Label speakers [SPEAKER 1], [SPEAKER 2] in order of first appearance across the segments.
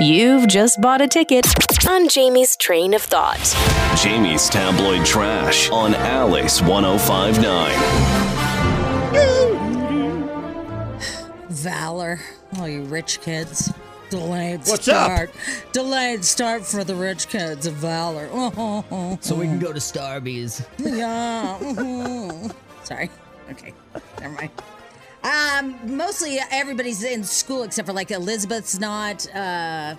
[SPEAKER 1] You've just bought a ticket on Jamie's train of thought.
[SPEAKER 2] Jamie's tabloid trash on Alice 1059.
[SPEAKER 3] Valor. All you rich kids. Delayed
[SPEAKER 4] What's up?
[SPEAKER 3] start. Delayed start for the rich kids of Valor. Oh,
[SPEAKER 5] So we can go to Starbucks.
[SPEAKER 3] yeah. Mhm. Sorry. Okay. Never mind. Um, mostly everybody's in school except for like Elizabeth's not, uh,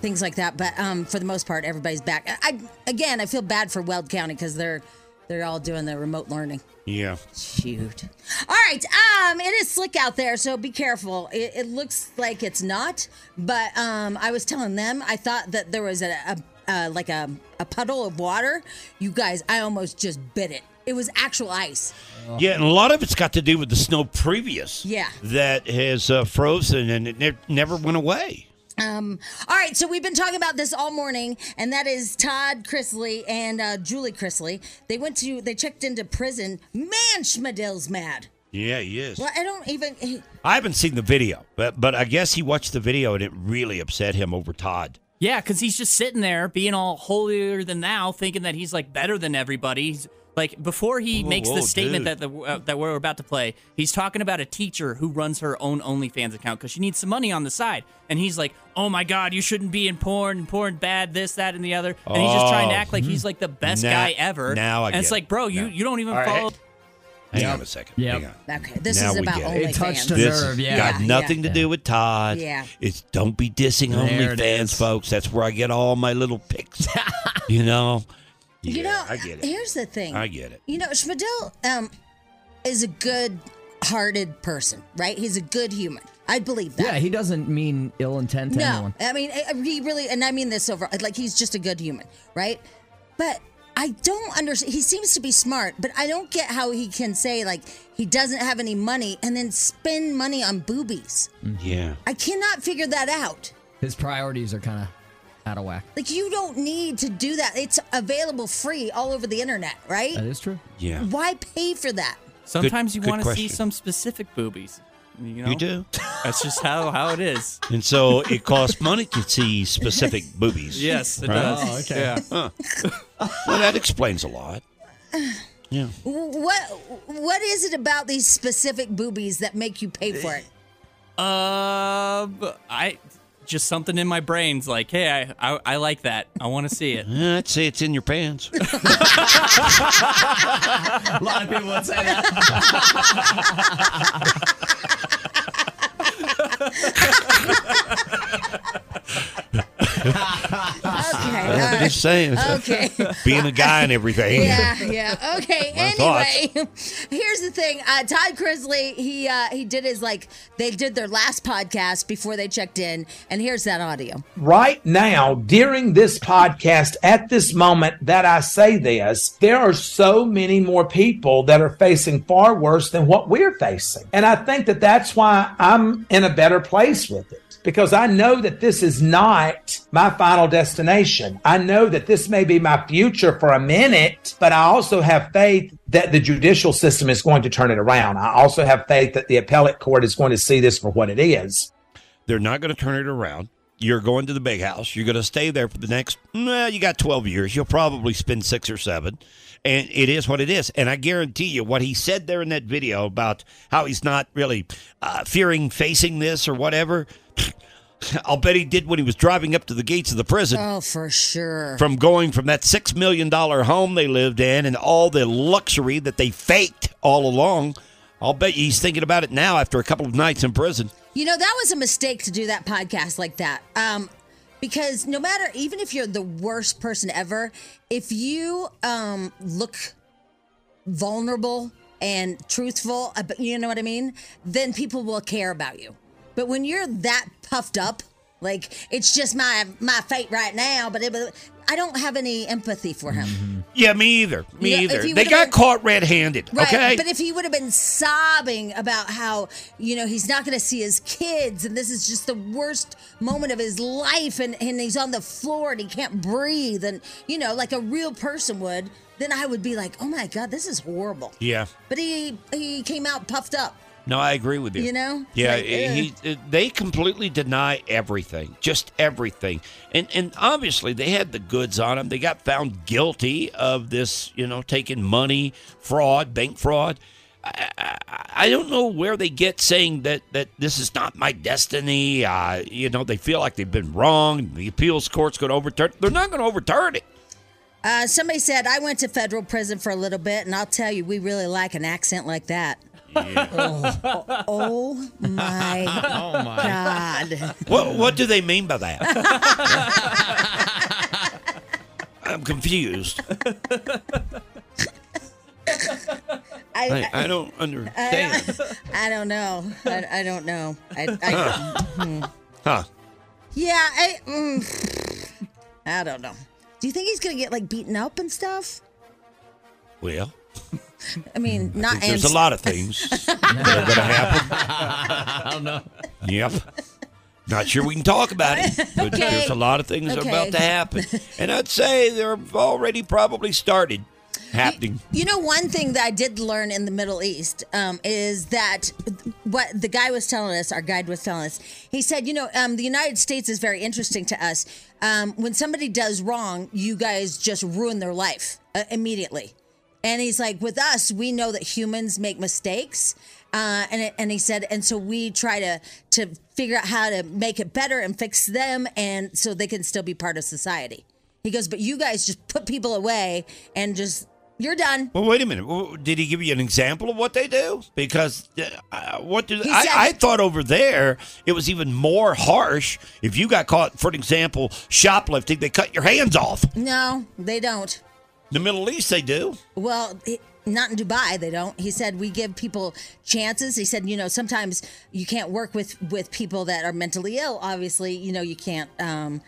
[SPEAKER 3] things like that. But um, for the most part, everybody's back. I- I again, I feel bad for Weld County because they're they're all doing the remote learning.
[SPEAKER 4] Yeah.
[SPEAKER 3] Shoot. All right. Um, it is slick out there, so be careful. It, it looks like it's not, but um, I was telling them I thought that there was a, a uh, like a, a puddle of water. You guys, I almost just bit it. It was actual ice.
[SPEAKER 4] Yeah, and a lot of it's got to do with the snow previous.
[SPEAKER 3] Yeah.
[SPEAKER 4] That has uh, frozen and it ne- never went away.
[SPEAKER 3] Um, all right, so we've been talking about this all morning, and that is Todd Chrisley and uh, Julie Chrisley. They went to they checked into prison. Man, Schmidl's mad.
[SPEAKER 4] Yeah, he is.
[SPEAKER 3] Well, I don't even. He,
[SPEAKER 4] I haven't seen the video, but but I guess he watched the video and it really upset him over Todd.
[SPEAKER 6] Yeah, because he's just sitting there being all holier than thou, thinking that he's like better than everybody. He's, like before he
[SPEAKER 4] Whoa,
[SPEAKER 6] makes
[SPEAKER 4] whoa,
[SPEAKER 6] the statement
[SPEAKER 4] dude.
[SPEAKER 6] that the uh, that we're about to play, he's talking about a teacher who runs her own OnlyFans account because she needs some money on the side, and he's like, "Oh my God, you shouldn't be in porn, porn bad, this, that, and the other," and he's just trying to
[SPEAKER 4] Oh.
[SPEAKER 6] act like he's like the best
[SPEAKER 4] Now-
[SPEAKER 6] guy ever.
[SPEAKER 4] now I
[SPEAKER 6] and
[SPEAKER 4] get
[SPEAKER 6] it's
[SPEAKER 4] it.
[SPEAKER 6] like, bro, you
[SPEAKER 4] Now.
[SPEAKER 6] you don't even
[SPEAKER 4] All right.
[SPEAKER 6] follow.
[SPEAKER 4] Hang
[SPEAKER 5] Yep.
[SPEAKER 4] on a second.
[SPEAKER 5] Yep.
[SPEAKER 4] Hang on.
[SPEAKER 3] okay, this
[SPEAKER 4] Now
[SPEAKER 3] is
[SPEAKER 4] we
[SPEAKER 3] about
[SPEAKER 4] get it.
[SPEAKER 3] OnlyFans.
[SPEAKER 5] It touched a
[SPEAKER 4] This
[SPEAKER 5] nerve, yeah.
[SPEAKER 4] got
[SPEAKER 3] Yeah,
[SPEAKER 4] nothing
[SPEAKER 5] yeah.
[SPEAKER 4] to do with Todd.
[SPEAKER 3] Yeah.
[SPEAKER 4] It's don't be dissing
[SPEAKER 5] There it
[SPEAKER 4] OnlyFans,
[SPEAKER 5] is.
[SPEAKER 4] folks. That's where I get all my little pics. you know.
[SPEAKER 3] You
[SPEAKER 4] Yeah,
[SPEAKER 3] know,
[SPEAKER 4] I get it.
[SPEAKER 3] here's the thing.
[SPEAKER 4] I get it.
[SPEAKER 3] You know, Schmidl um, is a good-hearted person, right? He's a good human. I believe that.
[SPEAKER 5] Yeah, he doesn't mean ill intent to
[SPEAKER 3] no,
[SPEAKER 5] anyone.
[SPEAKER 3] I mean, I- I- he really, and I mean this over, like he's just a good human, right? But I don't understand. He seems to be smart, but I don't get how he can say like he doesn't have any money and then spend money on boobies.
[SPEAKER 4] Yeah.
[SPEAKER 3] I cannot figure that out.
[SPEAKER 5] His priorities are kind of out of whack.
[SPEAKER 3] Like you don't need to do that. It's available free all over the internet, right?
[SPEAKER 5] That is true.
[SPEAKER 4] Yeah.
[SPEAKER 3] Why pay for that?
[SPEAKER 6] Sometimes
[SPEAKER 4] Good-
[SPEAKER 6] you
[SPEAKER 4] good
[SPEAKER 6] want to see
[SPEAKER 4] question.
[SPEAKER 6] some specific boobies. You, know?
[SPEAKER 4] You do.
[SPEAKER 6] That's just how how it is.
[SPEAKER 4] And so it costs money to see specific boobies.
[SPEAKER 6] Yes, it
[SPEAKER 4] Right.
[SPEAKER 6] does.
[SPEAKER 5] Oh, okay.
[SPEAKER 6] Yeah.
[SPEAKER 4] Well, that explains a lot. Yeah.
[SPEAKER 3] What what is it about these specific boobies that make you pay for it?
[SPEAKER 6] Um, I just something in my brain's like, hey, I I, I like that. I want to see it.
[SPEAKER 4] Yeah, I'd say it's in your pants.
[SPEAKER 5] A lot of people would say that.
[SPEAKER 4] I'm
[SPEAKER 3] Okay.
[SPEAKER 4] just saying.
[SPEAKER 3] all right. Okay.
[SPEAKER 4] Being a guy and everything.
[SPEAKER 3] Yeah, yeah. Okay.
[SPEAKER 4] My thoughts.
[SPEAKER 3] anyway, here's the thing. Uh, Todd Crisley, he uh, he did his like they did their last podcast before they checked in, and here's that audio.
[SPEAKER 7] right now during this podcast at this moment that I say this, there are so many more people that are facing far worse than what we're facing. And I think that that's why I'm in a better place with it because I know that this is not my final destination. I know that this may be my future for a minute, but I also have faith that the judicial system is going to turn it around. I also have faith that the appellate court is going to see this for what it is.
[SPEAKER 4] They're not going to turn it around. You're going to the big house. You're going to stay there for the next, well, you got 12 years. You'll probably spend six or seven. And it is what it is. And I guarantee you, what he said there in that video about how he's not really uh, fearing facing this or whatever, I'll bet he did when he was driving up to the gates of the prison.
[SPEAKER 3] Oh, for sure.
[SPEAKER 4] from going from that six million dollar home they lived in and all the luxury that they faked all along. I'll bet you he's thinking about it now after a couple of nights in prison.
[SPEAKER 3] You know, that was a mistake to do that podcast like that. Um, because no matter, even if you're the worst person ever, if you um, look vulnerable and truthful, ab- you know what I mean? Then people will care about you. But when you're that puffed up, like it's just my my fate right now, but it, but I don't have any empathy for him.
[SPEAKER 4] Yeah, me either. Me
[SPEAKER 3] Yeah, if
[SPEAKER 4] either.
[SPEAKER 3] he
[SPEAKER 4] They
[SPEAKER 3] would've
[SPEAKER 4] got
[SPEAKER 3] been-
[SPEAKER 4] caught red-handed.
[SPEAKER 3] Right.
[SPEAKER 4] Okay.
[SPEAKER 3] But if he would have been sobbing about how, you know, he's not going to see his kids and this is just the worst moment of his life and, and he's on the floor and he can't breathe and, you know, like a real person would, then I would be like, oh my God, this is horrible.
[SPEAKER 4] yeah.
[SPEAKER 3] But he, he came out puffed up.
[SPEAKER 4] No, I agree with you.
[SPEAKER 3] You know?
[SPEAKER 4] Yeah,
[SPEAKER 3] Like,
[SPEAKER 4] he- he, they completely deny everything, just everything, and and obviously they had the goods on them. They got found guilty of this, you know, taking money, fraud, bank fraud. I, I, I don't know where they get saying that that this is not my destiny. Uh, you know, they feel like they've been wrong. The appeals court's going to overturn. They're not going to overturn it.
[SPEAKER 3] Uh, somebody said, I went to federal prison for a little bit, and I'll tell you, we really like an accent like that. Oh, oh my
[SPEAKER 5] Oh my.
[SPEAKER 3] God.
[SPEAKER 4] What what do they mean by that? I'm confused. I,
[SPEAKER 3] I,
[SPEAKER 4] I don't understand.
[SPEAKER 3] I don't know. I, I don't know. I, I,
[SPEAKER 4] Huh.
[SPEAKER 3] yeah, I, mm, I don't know. Do you think he's going to get like beaten up and stuff?
[SPEAKER 4] Well,
[SPEAKER 3] I mean, not and
[SPEAKER 4] there's a lot of things that are going to happen.
[SPEAKER 5] I don't know.
[SPEAKER 4] Yep. Not sure we can talk about it, but
[SPEAKER 3] Okay.
[SPEAKER 4] there's a lot of things that are about
[SPEAKER 3] Okay.
[SPEAKER 4] to happen. And I'd say they're already probably started happening.
[SPEAKER 3] You know, one thing that I did learn in the Middle East um, is that what the guy was telling us, our guide was telling us, he said, you know, um, the United States is very interesting to us. Um, when somebody does wrong, you guys just ruin their life uh, immediately. And he's like, with us, we know that humans make mistakes. Uh, and, it, and he said, and so we try to, to figure out how to make it better and fix them and so they can still be part of society. He goes, but you guys just put people away and just you're done.
[SPEAKER 4] Well, wait a minute. Well, Did he give you an example of what they do? Because uh, what do I,
[SPEAKER 3] said-
[SPEAKER 4] I thought over there it was even more harsh. If you got caught, for example, shoplifting, they cut your hands off.
[SPEAKER 3] No, they don't.
[SPEAKER 4] The Middle East, they do.
[SPEAKER 3] Well, it- not in Dubai, they don't. He said we give people chances. He said, you know, sometimes you can't work with with people that are mentally ill. Obviously, you know, you can't. Um,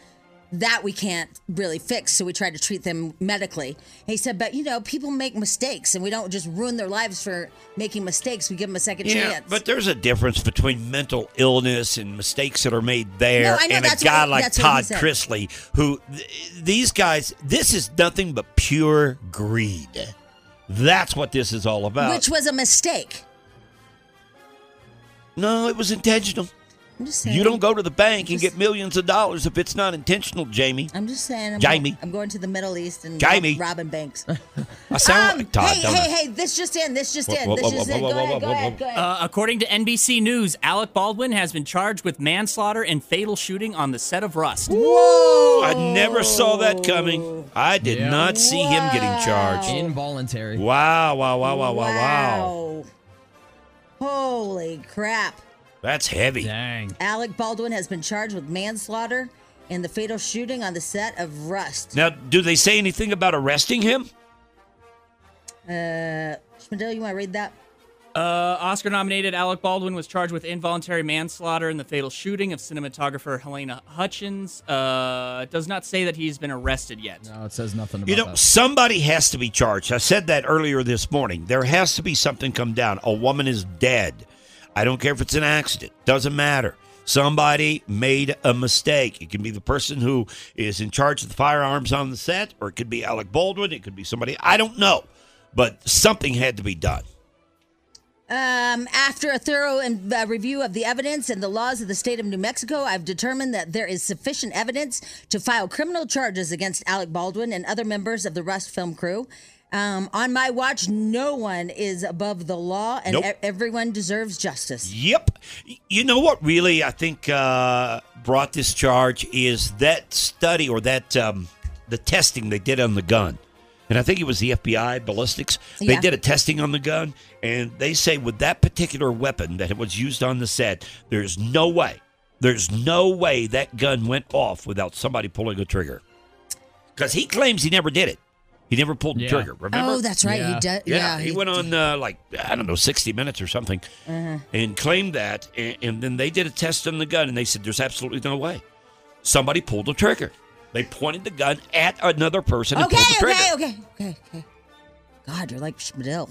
[SPEAKER 3] that we can't really fix, so we try to treat them medically. He said, but you know, people make mistakes, and we don't just ruin their lives for making mistakes. We give them a second chance.
[SPEAKER 4] but there's a difference between mental illness and mistakes that are made there
[SPEAKER 3] No, I know,
[SPEAKER 4] and a
[SPEAKER 3] that's
[SPEAKER 4] guy
[SPEAKER 3] what he-
[SPEAKER 4] like
[SPEAKER 3] that's what he
[SPEAKER 4] Todd
[SPEAKER 3] said.
[SPEAKER 4] Chrisley, who th- these guys, this is nothing but pure greed. That's what this is all about.
[SPEAKER 3] which was a mistake.
[SPEAKER 4] no, it was intentional.
[SPEAKER 3] I'm just saying.
[SPEAKER 4] You don't go to the bank and
[SPEAKER 3] Just-
[SPEAKER 4] get millions of dollars if it's not intentional, Jamie.
[SPEAKER 3] I'm just saying. I'm
[SPEAKER 4] Jamie.
[SPEAKER 3] Going, I'm going to the Middle East and
[SPEAKER 4] Jamie.
[SPEAKER 3] robbing banks.
[SPEAKER 4] I sound
[SPEAKER 3] Um,
[SPEAKER 4] like Todd,
[SPEAKER 3] hey,
[SPEAKER 4] don't
[SPEAKER 3] hey,
[SPEAKER 4] I?
[SPEAKER 3] hey, this just in. This just
[SPEAKER 4] Whoa,
[SPEAKER 3] in.
[SPEAKER 4] whoa,
[SPEAKER 3] This
[SPEAKER 4] whoa,
[SPEAKER 3] just
[SPEAKER 4] whoa,
[SPEAKER 3] in.
[SPEAKER 4] whoa,
[SPEAKER 3] Go
[SPEAKER 4] whoa,
[SPEAKER 3] ahead,
[SPEAKER 4] whoa,
[SPEAKER 3] go
[SPEAKER 4] whoa,
[SPEAKER 3] ahead,
[SPEAKER 4] whoa.
[SPEAKER 3] go ahead.
[SPEAKER 6] Uh, according to NBC News, Alec Baldwin has been charged with manslaughter and fatal shooting on the set of Rust.
[SPEAKER 4] Whoa! I never saw that coming. I did not see him getting charged.
[SPEAKER 5] Involuntary.
[SPEAKER 4] Wow, wow, wow, Oh, wow, wow, wow.
[SPEAKER 3] Wow. Holy crap.
[SPEAKER 4] That's heavy.
[SPEAKER 5] Dang.
[SPEAKER 3] Alec Baldwin has been charged with manslaughter in the fatal shooting on the set of Rust.
[SPEAKER 4] Now, do they say anything about arresting him?
[SPEAKER 3] Uh, Schmidl, you want to read that?
[SPEAKER 6] Uh, Oscar nominated Alec Baldwin was charged with involuntary manslaughter in the fatal shooting of cinematographer Helena Hutchins. Uh, it does not say that he's been arrested yet.
[SPEAKER 5] No, it says nothing about
[SPEAKER 4] You know,
[SPEAKER 5] that.
[SPEAKER 4] somebody has to be charged. I said that earlier this morning. There has to be something come down. A woman is dead. I don't care if it's an accident. Doesn't matter. Somebody made a mistake. It can be the person who is in charge of the firearms on the set, or it could be Alec Baldwin. It could be somebody. I don't know. But something had to be done.
[SPEAKER 3] Um, after a thorough in- uh, review of the evidence and the laws of the state of New Mexico, I've determined that there is sufficient evidence to file criminal charges against Alec Baldwin and other members of the Rust film crew. Um, on my watch, no one is above the law, and
[SPEAKER 4] Nope.
[SPEAKER 3] e- everyone deserves justice.
[SPEAKER 4] Yep. You know what really I think uh, brought this charge is that study or that um, the testing they did on the gun. And I think it was the FBI ballistics. They
[SPEAKER 3] Yeah.
[SPEAKER 4] did a testing on the gun, and they say with that particular weapon that it was used on the set, there's no way, there's no way that gun went off without somebody pulling a trigger. Because he claims he never did it. He never pulled the
[SPEAKER 5] Yeah.
[SPEAKER 4] trigger. Remember?
[SPEAKER 3] Oh, that's right. He
[SPEAKER 5] Yeah.
[SPEAKER 3] does.
[SPEAKER 4] Yeah, he,
[SPEAKER 3] he-
[SPEAKER 4] went on uh, like I don't know, sixty minutes or something, and claimed that. And, and then they did a test on the gun, and they said there's absolutely no way. Somebody pulled the trigger. They pointed the gun at another person and
[SPEAKER 3] Okay,
[SPEAKER 4] pulled the trigger.
[SPEAKER 3] okay, okay, okay, okay. God, you're like Schmidl.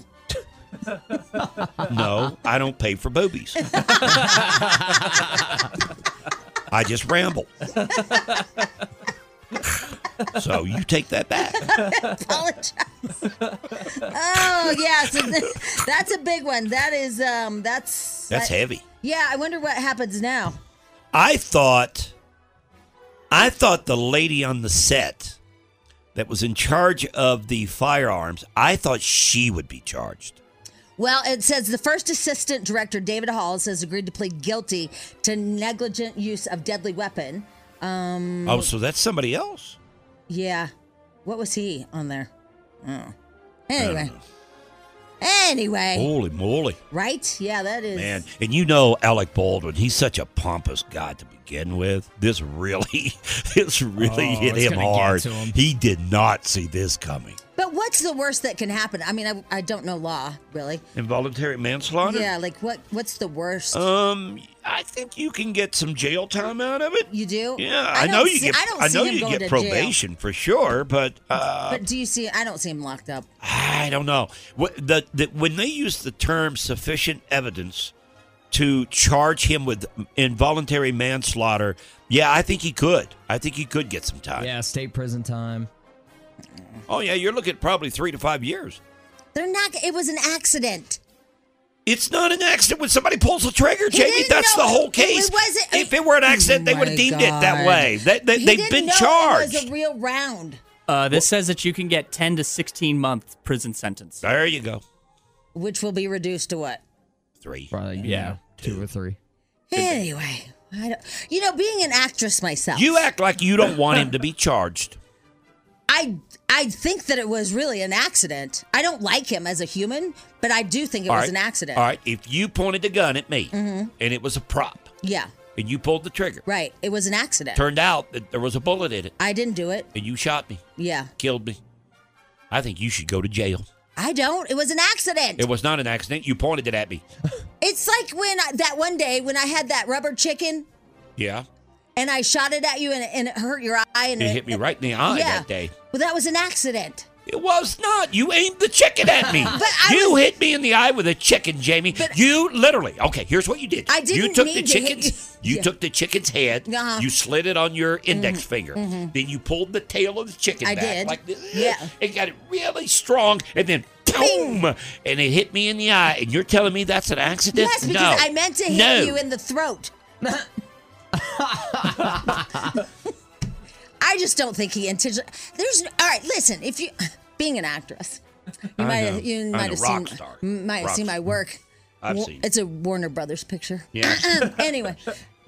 [SPEAKER 4] No, I don't pay for boobies. I just ramble. So you take that back.
[SPEAKER 3] apologize. oh yeah, so th- that's a big one. That is um that's
[SPEAKER 4] That's
[SPEAKER 3] I-
[SPEAKER 4] heavy.
[SPEAKER 3] Yeah, I wonder what happens now.
[SPEAKER 4] I thought, I thought the lady on the set that was in charge of the firearms, I thought she would be charged.
[SPEAKER 3] Well, it says the first assistant director, David Hall, has agreed to plead guilty to negligent use of deadly weapon.
[SPEAKER 5] Mm.
[SPEAKER 3] Um,
[SPEAKER 4] Oh, so that's somebody else.
[SPEAKER 3] yeah. What was he on there? Oh. Anyway. Anyway.
[SPEAKER 4] Holy moly,
[SPEAKER 3] Right? Yeah, that is.
[SPEAKER 4] Oh. man! And you know Alec Baldwin, he's such a pompous guy to begin with. This really, this really
[SPEAKER 5] Oh,
[SPEAKER 4] hit
[SPEAKER 5] it's
[SPEAKER 4] him
[SPEAKER 5] gonna get
[SPEAKER 4] hard.
[SPEAKER 5] to him.
[SPEAKER 4] He did not see this coming.
[SPEAKER 3] But what's the worst that can happen? I mean, I, I don't know law, really.
[SPEAKER 4] Involuntary manslaughter.
[SPEAKER 3] Yeah, like what what's the worst?
[SPEAKER 4] Um, I think you can get some jail time out of it.
[SPEAKER 3] you do?
[SPEAKER 4] Yeah,
[SPEAKER 3] I
[SPEAKER 4] I,
[SPEAKER 3] don't
[SPEAKER 4] know you
[SPEAKER 3] see-
[SPEAKER 4] get.
[SPEAKER 3] I don't
[SPEAKER 4] I
[SPEAKER 3] see
[SPEAKER 4] know
[SPEAKER 3] him
[SPEAKER 4] you
[SPEAKER 3] going
[SPEAKER 4] get
[SPEAKER 3] to jail.
[SPEAKER 4] probation for sure, but uh,
[SPEAKER 3] But do you see I don't see him locked up.
[SPEAKER 4] I don't know. What the, the when they use the term sufficient evidence to charge him with involuntary manslaughter, yeah, I think he could. I think he could get some time.
[SPEAKER 5] Yeah, state prison time.
[SPEAKER 4] Oh yeah, you're looking at probably three to five years.
[SPEAKER 3] They're not it was an accident.
[SPEAKER 4] It's not an accident when somebody pulls the trigger, Jamie.
[SPEAKER 3] didn't
[SPEAKER 4] That's the
[SPEAKER 3] know-
[SPEAKER 4] whole
[SPEAKER 3] it
[SPEAKER 4] case.
[SPEAKER 3] wasn't- Oh
[SPEAKER 4] if it were an accident, they
[SPEAKER 3] my
[SPEAKER 4] would have deemed it that
[SPEAKER 3] God.
[SPEAKER 4] way. They, they,
[SPEAKER 3] He
[SPEAKER 4] they've
[SPEAKER 3] didn't
[SPEAKER 4] been
[SPEAKER 3] know
[SPEAKER 4] charged.
[SPEAKER 3] It was a real round.
[SPEAKER 6] Uh, this says that you can get 10 to 16 month prison sentence.
[SPEAKER 4] there you go.
[SPEAKER 3] which will be reduced to what?
[SPEAKER 4] Three.
[SPEAKER 5] Probably, you
[SPEAKER 6] Yeah,
[SPEAKER 5] know, two or three.
[SPEAKER 3] Anyway, I don't, you know, being an actress myself,
[SPEAKER 4] You act like you don't want him to be charged.
[SPEAKER 3] I I think that it was really an accident. I don't like him as a human, but I do think it
[SPEAKER 4] All
[SPEAKER 3] was
[SPEAKER 4] right.
[SPEAKER 3] an accident. Mm-hmm.
[SPEAKER 4] All right. If you pointed the gun at me and it was a prop
[SPEAKER 3] Yeah,
[SPEAKER 4] and you pulled the trigger,
[SPEAKER 3] right. It was an accident.
[SPEAKER 4] turned out that there was a bullet in it
[SPEAKER 3] I didn't do it.
[SPEAKER 4] and you shot me,
[SPEAKER 3] Yeah,
[SPEAKER 4] killed me, I think you should go to jail.
[SPEAKER 3] I don't. It was an accident.
[SPEAKER 4] It was not an accident. You pointed it at me.
[SPEAKER 3] it's like when I, that one day when I had that rubber chicken
[SPEAKER 4] Yeah.
[SPEAKER 3] and I shot it at you and, it- and it hurt your eye and
[SPEAKER 4] It hit me right in the eye that day.
[SPEAKER 3] Well, that was an accident.
[SPEAKER 4] It was not. You aimed the chicken at me.
[SPEAKER 3] I
[SPEAKER 4] you
[SPEAKER 3] was-
[SPEAKER 4] hit me in the eye with a chicken, Jamie. you literally. Okay, here's what you did.
[SPEAKER 3] I
[SPEAKER 4] You
[SPEAKER 3] didn't
[SPEAKER 4] took the
[SPEAKER 3] mean to hit
[SPEAKER 4] chicken's.
[SPEAKER 3] you.
[SPEAKER 4] You
[SPEAKER 3] Yeah.
[SPEAKER 4] took the chicken's head.
[SPEAKER 3] Uh-huh. Mm-hmm.
[SPEAKER 4] You slid it on your index finger. Then you pulled the tail of the chicken
[SPEAKER 3] I
[SPEAKER 4] back
[SPEAKER 3] did.
[SPEAKER 4] like this.
[SPEAKER 3] Yeah.
[SPEAKER 4] And got it really strong, and then. Boom! And it hit me in the eye, and you're telling me that's an accident?
[SPEAKER 3] Yes, because
[SPEAKER 4] no.
[SPEAKER 3] I meant to hit
[SPEAKER 4] No.
[SPEAKER 3] you in the throat. I just don't think he intentionally. There's no- all right. Listen, if you being an actress, you might
[SPEAKER 4] know.
[SPEAKER 3] have, you
[SPEAKER 4] I'm
[SPEAKER 3] might
[SPEAKER 4] a
[SPEAKER 3] have
[SPEAKER 4] rock
[SPEAKER 3] seen
[SPEAKER 4] star.
[SPEAKER 3] might have
[SPEAKER 4] Rock
[SPEAKER 3] seen my work.
[SPEAKER 4] I've
[SPEAKER 3] Wa-
[SPEAKER 4] seen it.
[SPEAKER 3] It's a Warner Brothers picture.
[SPEAKER 4] Yeah.
[SPEAKER 3] anyway,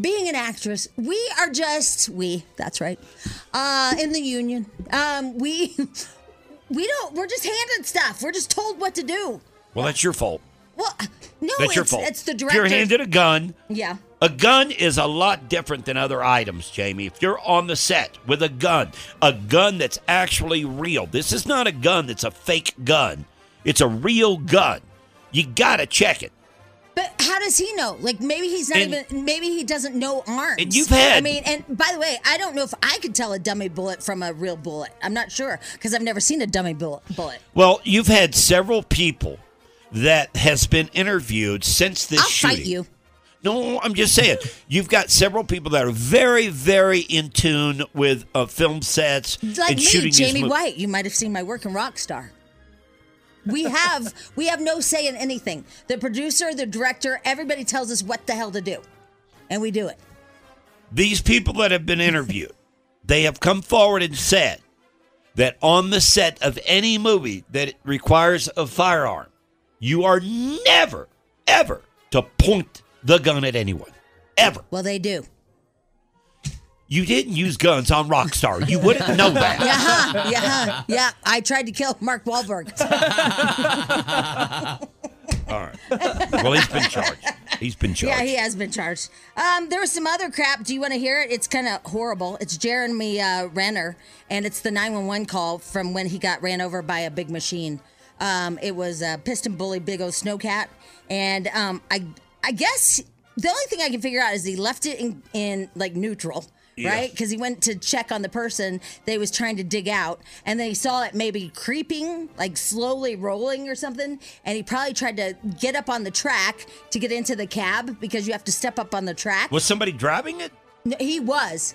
[SPEAKER 3] being an actress, we are just we. That's right. Uh, in the union, um, we we don't. We're just handed stuff. We're just told what to do.
[SPEAKER 4] Well, that's your fault.
[SPEAKER 3] Well, no,
[SPEAKER 4] That's
[SPEAKER 3] it's,
[SPEAKER 4] your fault.
[SPEAKER 3] it's the
[SPEAKER 4] If
[SPEAKER 3] director.
[SPEAKER 4] You're handed a gun.
[SPEAKER 3] Yeah.
[SPEAKER 4] A gun is a lot different than other items, Jamie. If you're on the set with a gun, a gun that's actually real, this is not a gun that's a fake gun. It's a real gun. You gotta check it.
[SPEAKER 3] But how does he know? Like maybe he's not
[SPEAKER 4] And-
[SPEAKER 3] even. Maybe he doesn't know arms.
[SPEAKER 4] And you've had-
[SPEAKER 3] I mean, and by the way, I don't know if I could tell a dummy bullet from a real bullet. I'm not sure because I've never seen a dummy bullet. Bullet.
[SPEAKER 4] Well, you've had several people that has been interviewed since this
[SPEAKER 3] I'll
[SPEAKER 4] shooting.
[SPEAKER 3] fight you.
[SPEAKER 4] No, I'm just saying. You've got several people that are very, very in tune with uh, film sets
[SPEAKER 3] Like
[SPEAKER 4] and
[SPEAKER 3] me,
[SPEAKER 4] shooting these
[SPEAKER 3] Jamie
[SPEAKER 4] movies.
[SPEAKER 3] White. You might have seen my work in Rockstar. We have we have no say in anything. The producer, the director, everybody tells us what the hell to do, and we do it.
[SPEAKER 4] these people that have been interviewed, they have come forward and said that on the set of any movie that requires a firearm, you are never, ever to point the gun at anyone. Ever.
[SPEAKER 3] Well, they do.
[SPEAKER 4] You didn't use guns on Rockstar. You wouldn't know that.
[SPEAKER 3] Yeah, huh, yeah, huh, yeah. I tried to kill Mark Wahlberg.
[SPEAKER 4] All right. Well, he's been charged. He's been charged.
[SPEAKER 3] Yeah, he has been charged. Um, there was some other crap. Do you want to hear it? It's kind of horrible. It's Jeremy uh, Renner, and it's the 911 call from when he got ran over by a big machine. Um, it was a piston bully, big old snowcat, and um, I, I guess the only thing I can figure out is he left it in, in like neutral.
[SPEAKER 4] Yeah.
[SPEAKER 3] Right, because he went to check on the person they was trying to dig out, and then he saw it maybe creeping, like slowly rolling or something, and he probably tried to get up on the track to get into the cab because you have to step up on the track.
[SPEAKER 4] Was somebody driving it?
[SPEAKER 3] No, He was,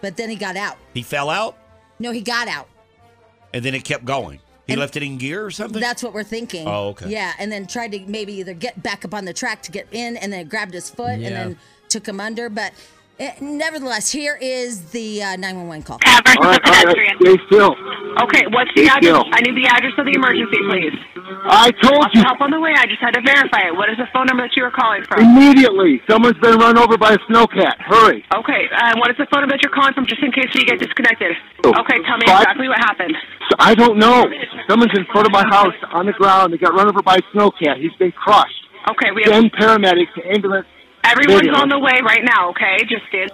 [SPEAKER 3] but then he got out.
[SPEAKER 4] He fell out?
[SPEAKER 3] No, he got out.
[SPEAKER 4] and then it kept going. He left it in gear or something.
[SPEAKER 3] That's what we're thinking.
[SPEAKER 4] Oh, okay.
[SPEAKER 3] Yeah, and then tried to maybe either get back up on the track to get in, and then it grabbed his foot,
[SPEAKER 5] Yeah.
[SPEAKER 3] and then took him under. But eh, nevertheless, here is the uh, 911 call.
[SPEAKER 8] Tavern
[SPEAKER 9] All right,
[SPEAKER 8] to
[SPEAKER 9] all right,
[SPEAKER 8] pedestrian.
[SPEAKER 9] stay still.
[SPEAKER 8] Okay, what's the
[SPEAKER 9] Stay
[SPEAKER 8] address?
[SPEAKER 9] still.
[SPEAKER 8] I need the address of the emergency, please.
[SPEAKER 9] I told
[SPEAKER 8] Lots
[SPEAKER 9] you
[SPEAKER 8] of help on the way. I just had to verify it. What is the phone number that you were calling from?
[SPEAKER 9] immediately. Someone's been run over by a snowcat. Hurry.
[SPEAKER 8] Okay, uh, what is the phone number that you're calling from just in case you get disconnected?
[SPEAKER 9] Oh,
[SPEAKER 8] Okay, tell me
[SPEAKER 9] five-
[SPEAKER 8] exactly what happened.
[SPEAKER 9] So I don't know. Someone's in front of my house on the ground. They got run over by a snowcat. He's been crushed.
[SPEAKER 8] Okay, we have
[SPEAKER 9] Send paramedics, ambulance.
[SPEAKER 8] everyone's
[SPEAKER 9] video.
[SPEAKER 8] on the way right now, okay? Just in.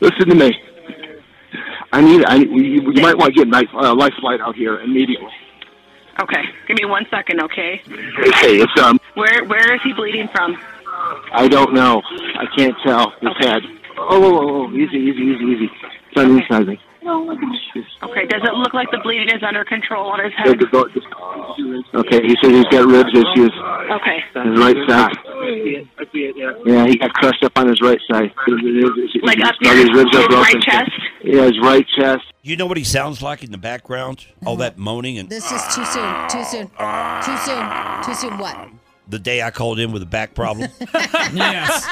[SPEAKER 9] Listen to me. I need. I you, you might want to get a life, uh, life flight out here immediately.
[SPEAKER 8] Okay, give me one second, okay?
[SPEAKER 9] Okay, it's um.
[SPEAKER 8] Where where is he bleeding from?
[SPEAKER 9] I don't know. I can't tell. His
[SPEAKER 8] Okay.
[SPEAKER 9] head. Oh, whoa, whoa, whoa. easy, easy, easy, easy. It's on the inside of me.
[SPEAKER 8] Okay, does it look like the bleeding is under control on his
[SPEAKER 9] Go-
[SPEAKER 8] head?
[SPEAKER 9] go- go- just- Okay, he said he's got ribs issues.
[SPEAKER 8] Okay.
[SPEAKER 9] His right side. Yeah, he got crushed up on his right side.
[SPEAKER 8] Like up
[SPEAKER 9] Now
[SPEAKER 8] your
[SPEAKER 9] his ribs are
[SPEAKER 8] his
[SPEAKER 9] broken.
[SPEAKER 8] right chest?
[SPEAKER 9] Yeah, his right chest.
[SPEAKER 4] you know what he sounds like in the background? All that moaning and
[SPEAKER 3] This is too soon. Too soon. Too soon. Too soon. What?
[SPEAKER 4] the day I called in with a back problem.
[SPEAKER 5] Yes.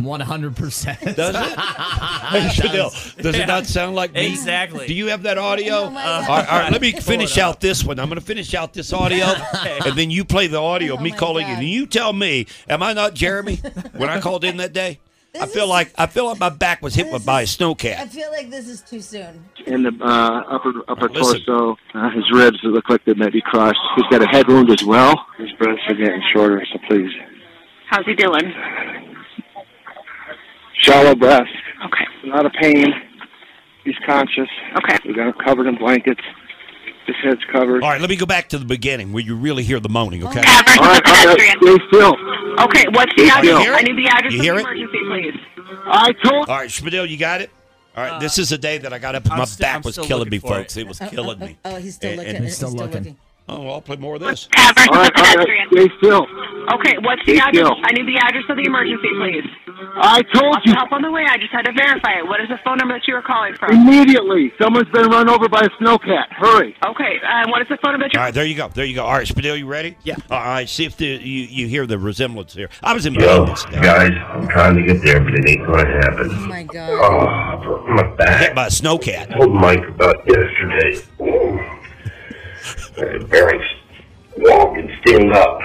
[SPEAKER 5] 100%.
[SPEAKER 4] Does it? Hey, Chanel, does it not sound like me?
[SPEAKER 6] Exactly.
[SPEAKER 4] Do you have that audio?
[SPEAKER 3] Oh my God.
[SPEAKER 4] all, right, all right, let me
[SPEAKER 6] Pull
[SPEAKER 4] finish
[SPEAKER 6] it up.
[SPEAKER 4] out this one. I'm going to finish out this audio, and then you play the audio of
[SPEAKER 3] Oh
[SPEAKER 4] me
[SPEAKER 3] my
[SPEAKER 4] calling,
[SPEAKER 3] God.
[SPEAKER 4] and you tell me, am I not Jeremy when I called in that day? I feel like I feel like my back was hit
[SPEAKER 3] This
[SPEAKER 4] by a
[SPEAKER 3] is- I
[SPEAKER 4] snowcat.
[SPEAKER 3] feel like this is too soon.
[SPEAKER 9] And the uh, upper upper
[SPEAKER 4] Listen.
[SPEAKER 9] torso, uh, his ribs look like they might be crushed. He's got a head wound as well. His breaths are getting shorter, so please.
[SPEAKER 8] How's he doing?
[SPEAKER 9] Shallow breath,
[SPEAKER 8] Okay.
[SPEAKER 9] a lot of pain. He's conscious.
[SPEAKER 8] Okay.
[SPEAKER 9] We got him covered in blankets. His head's covered.
[SPEAKER 4] All right, let me go back to the beginning where you really hear the moaning. Okay.
[SPEAKER 3] Oh,
[SPEAKER 8] Tavern
[SPEAKER 9] All
[SPEAKER 8] to
[SPEAKER 9] right, all right,
[SPEAKER 8] pedestrian.
[SPEAKER 9] stay still.
[SPEAKER 8] Okay, what's the
[SPEAKER 9] You
[SPEAKER 8] address?
[SPEAKER 9] hear
[SPEAKER 4] it?
[SPEAKER 8] I need the address
[SPEAKER 4] You
[SPEAKER 8] of
[SPEAKER 4] hear
[SPEAKER 8] the
[SPEAKER 4] it?
[SPEAKER 8] emergency, please.
[SPEAKER 9] I told
[SPEAKER 4] All right, Schmidl, you got it. All right,
[SPEAKER 5] Uh,
[SPEAKER 4] this is the day that I got up. and
[SPEAKER 6] I'm
[SPEAKER 4] My
[SPEAKER 6] still-
[SPEAKER 4] back
[SPEAKER 6] I'm
[SPEAKER 4] was
[SPEAKER 6] still
[SPEAKER 4] killing me,
[SPEAKER 6] looking for
[SPEAKER 4] folks. It.
[SPEAKER 6] it.
[SPEAKER 4] was killing me.
[SPEAKER 3] Oh, he's still
[SPEAKER 4] And-
[SPEAKER 3] looking.
[SPEAKER 4] and-
[SPEAKER 3] he's still
[SPEAKER 5] looking.
[SPEAKER 3] looking.
[SPEAKER 4] oh, I'll play more of this.
[SPEAKER 8] Tavern
[SPEAKER 9] All
[SPEAKER 8] to
[SPEAKER 9] right, all right,
[SPEAKER 8] pedestrian.
[SPEAKER 9] stay still.
[SPEAKER 8] Okay, what's the
[SPEAKER 9] Stay
[SPEAKER 8] address?
[SPEAKER 9] still.
[SPEAKER 8] I need the address of the emergency, please.
[SPEAKER 9] I told
[SPEAKER 8] Lots
[SPEAKER 9] you
[SPEAKER 8] of help on the way. I just had to verify it. What is the phone number that you were calling from?
[SPEAKER 9] immediately. Someone's been run over by a snowcat. Hurry.
[SPEAKER 8] Okay, uh, what is the phone number that
[SPEAKER 4] All
[SPEAKER 8] you
[SPEAKER 4] right, there you go. There you go. All right, Spadil, you ready?
[SPEAKER 6] Yeah.
[SPEAKER 4] All right, see if the, you, you hear the resemblance here. I was in
[SPEAKER 10] Yo,
[SPEAKER 4] pain this day.
[SPEAKER 10] guys, I'm trying to get there, but it ain't gonna
[SPEAKER 3] Oh
[SPEAKER 10] happen.
[SPEAKER 3] my God.
[SPEAKER 10] Oh, I broke my
[SPEAKER 4] Hit
[SPEAKER 10] back.
[SPEAKER 4] by a snowcat.
[SPEAKER 10] told Mike about yesterday. Barracks walking, stand up.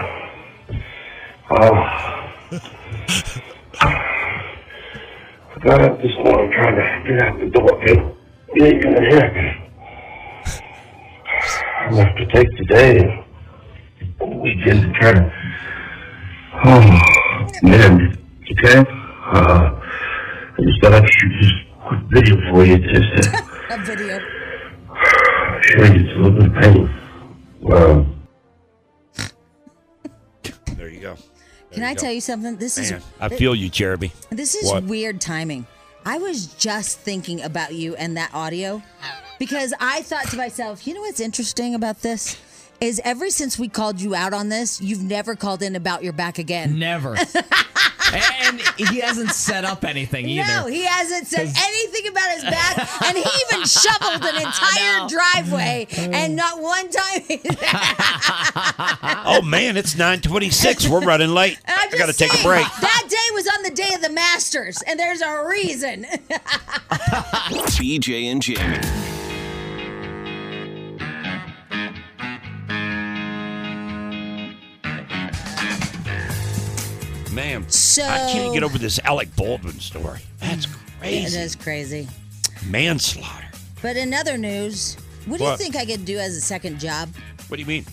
[SPEAKER 10] Oh. I got up this morning trying to get out the door. It, it ain't gonna happen. I'm gonna have to take today and weekend to try to. Oh, man. Okay? Uh, I just thought I'd shoot this quick video for you just to.
[SPEAKER 3] A video.
[SPEAKER 10] Sure, it's a little bit of pain. Um,
[SPEAKER 4] There you go.
[SPEAKER 3] Can I tell you something? This is
[SPEAKER 4] Man, I feel you, Jeremy.
[SPEAKER 3] This is
[SPEAKER 4] What?
[SPEAKER 3] weird timing. I was just thinking about you and that audio because I thought to myself, you know what's interesting about this? Is ever since we called you out on this, you've never called in about your back again.
[SPEAKER 5] Never. and he hasn't set up anything either.
[SPEAKER 3] No, he hasn't said anything about his back, and he even shoveled an entire driveway,
[SPEAKER 4] Mm.
[SPEAKER 3] and not one time.
[SPEAKER 4] Oh man, it's nine twenty-six. We're running late.
[SPEAKER 3] And I'm
[SPEAKER 4] I gotta
[SPEAKER 3] just
[SPEAKER 4] take a
[SPEAKER 3] saying,
[SPEAKER 4] break.
[SPEAKER 3] That day was on the day of the Masters, and there's a reason.
[SPEAKER 2] BJ and Jamie.
[SPEAKER 4] Man,
[SPEAKER 3] So-
[SPEAKER 4] I can't get over this Alec Baldwin story. That's
[SPEAKER 3] Mm. it
[SPEAKER 4] crazy.
[SPEAKER 3] is crazy.
[SPEAKER 4] Manslaughter.
[SPEAKER 3] But in other news, what do you
[SPEAKER 4] What?
[SPEAKER 3] think I could do as a second job?
[SPEAKER 4] What do you mean?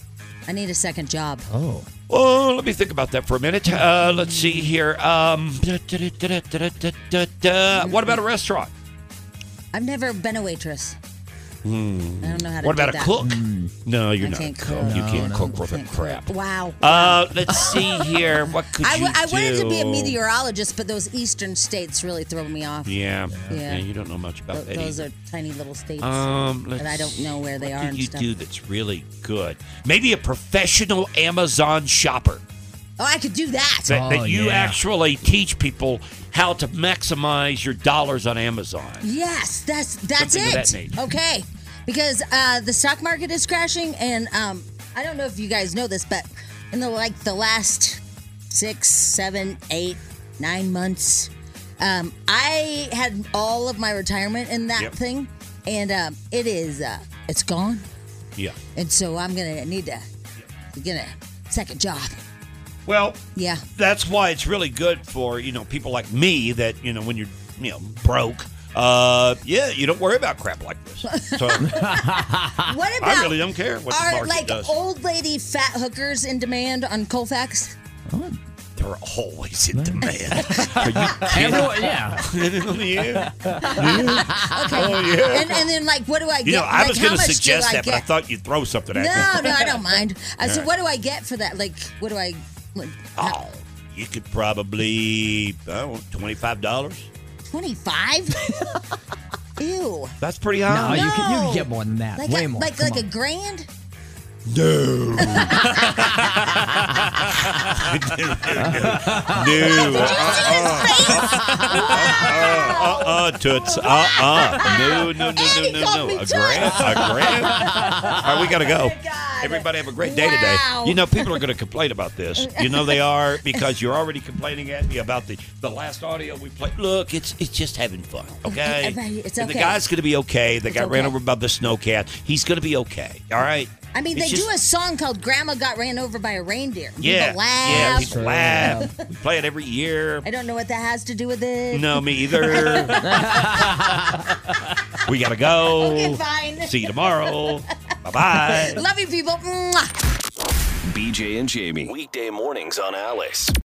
[SPEAKER 3] I need a second job.
[SPEAKER 5] Oh.
[SPEAKER 4] Oh, let me think about that for a minute. Uh, let's see here. Um, da- da- da- da- da- da- da- da- da. What about a restaurant?
[SPEAKER 3] I've never been a waitress. I don't know how to
[SPEAKER 4] Hmm. What
[SPEAKER 3] do
[SPEAKER 4] about a
[SPEAKER 3] that. Mm.
[SPEAKER 4] cook? No, you're
[SPEAKER 3] I
[SPEAKER 4] not a
[SPEAKER 3] can't
[SPEAKER 4] cook.
[SPEAKER 3] cook.
[SPEAKER 4] You
[SPEAKER 3] No,
[SPEAKER 4] can't
[SPEAKER 5] no.
[SPEAKER 4] cook worth a
[SPEAKER 3] Can't cook.
[SPEAKER 4] crap.
[SPEAKER 3] Wow.
[SPEAKER 4] Uh, let's see here. What could
[SPEAKER 3] I,
[SPEAKER 4] you
[SPEAKER 3] w- I wanted to be a
[SPEAKER 4] do?
[SPEAKER 3] meteorologist, but those eastern states really throw me off.
[SPEAKER 4] Yeah.
[SPEAKER 3] Yeah.
[SPEAKER 4] yeah, You don't know much about
[SPEAKER 3] Th-
[SPEAKER 4] that.
[SPEAKER 3] those
[SPEAKER 4] either.
[SPEAKER 3] are tiny little states.
[SPEAKER 4] Um, let's
[SPEAKER 3] and I don't know where they
[SPEAKER 4] what
[SPEAKER 3] are
[SPEAKER 4] could
[SPEAKER 3] and
[SPEAKER 4] you
[SPEAKER 3] stuff.
[SPEAKER 4] do that's really good? Maybe a professional Amazon shopper.
[SPEAKER 3] Oh, I could do that.
[SPEAKER 4] That, that you actually teach people how to maximize your dollars on Amazon.
[SPEAKER 3] Yes, that's that's
[SPEAKER 4] Something of
[SPEAKER 3] it.
[SPEAKER 4] that nature.
[SPEAKER 3] okay, because uh, the stock market is crashing, and um, I don't know if you guys know this, but in the like the last six, seven, eight, nine months, um, I had all of my retirement in that
[SPEAKER 4] Yep.
[SPEAKER 3] thing, and um, it is uh, it's gone,
[SPEAKER 4] Yeah.
[SPEAKER 3] and so I'm gonna need to get a second job.
[SPEAKER 4] Well,
[SPEAKER 3] Yeah.
[SPEAKER 4] that's why it's really good for you know people like me that you know when you're you know broke. Uh, yeah, you don't worry about crap like this. So
[SPEAKER 3] What about
[SPEAKER 4] I Ah, really don't care what the
[SPEAKER 3] are
[SPEAKER 4] market
[SPEAKER 3] like oh
[SPEAKER 4] does.
[SPEAKER 3] old lady fat hookers in demand on Colfax?
[SPEAKER 4] They're always in demand. Are you kidding?
[SPEAKER 6] Everyone- yeah.
[SPEAKER 4] On the air?
[SPEAKER 3] Okay.
[SPEAKER 4] Oh, yeah.
[SPEAKER 3] And, and then like, what do I get?
[SPEAKER 4] You know, I
[SPEAKER 3] Like,
[SPEAKER 4] was
[SPEAKER 3] how
[SPEAKER 4] going to
[SPEAKER 3] much do
[SPEAKER 4] suggest
[SPEAKER 3] I
[SPEAKER 4] that, but I
[SPEAKER 3] get?
[SPEAKER 4] thought you'd throw something at me.
[SPEAKER 3] No, no, I don't mind. I said,
[SPEAKER 4] Alright.
[SPEAKER 3] what do I get for that? Like, what do I? Like,
[SPEAKER 4] Oh, you could probably I don't know, twenty five dollars.
[SPEAKER 3] twenty five? Ew.
[SPEAKER 4] That's pretty
[SPEAKER 5] No,
[SPEAKER 4] high.
[SPEAKER 5] you can you
[SPEAKER 3] No.
[SPEAKER 5] can get more than that.
[SPEAKER 3] Like,
[SPEAKER 5] Way
[SPEAKER 3] a,
[SPEAKER 5] more.
[SPEAKER 3] like,
[SPEAKER 5] Come
[SPEAKER 3] like a
[SPEAKER 5] on.
[SPEAKER 3] grand?
[SPEAKER 4] No. no. no. Uh uh, toots. Uh uh. No, no, no, no,
[SPEAKER 3] Andy
[SPEAKER 4] no,
[SPEAKER 3] called
[SPEAKER 4] no.
[SPEAKER 3] me
[SPEAKER 4] A
[SPEAKER 3] toots. Oh
[SPEAKER 4] grand. A grand. All right, we got to go. Oh. Everybody have a great day
[SPEAKER 3] Wow.
[SPEAKER 4] today. You know, people are going to complain about this. You know they are because you're already complaining at me about the, the last audio we played. Look, it's it's just having fun, okay?
[SPEAKER 3] Everybody- it's
[SPEAKER 4] And the
[SPEAKER 3] okay.
[SPEAKER 4] guy's going to be okay. The
[SPEAKER 3] It's
[SPEAKER 4] guy ran
[SPEAKER 3] okay.
[SPEAKER 4] over by the snowcat. He's going to be okay. All right.
[SPEAKER 3] I mean,
[SPEAKER 4] It's
[SPEAKER 3] they
[SPEAKER 4] just-
[SPEAKER 3] do a song called "Grandma Got Ran Over by a Reindeer." People
[SPEAKER 4] yeah, yeah,
[SPEAKER 3] laugh.
[SPEAKER 4] people laugh. we play it every year.
[SPEAKER 3] I don't know what that has to do with it.
[SPEAKER 4] No, me either. we gotta go.
[SPEAKER 3] Okay, fine.
[SPEAKER 4] See you tomorrow. bye bye.
[SPEAKER 3] Love you, people. Mwah.
[SPEAKER 2] BJ and Jamie. Weekday mornings on Alice.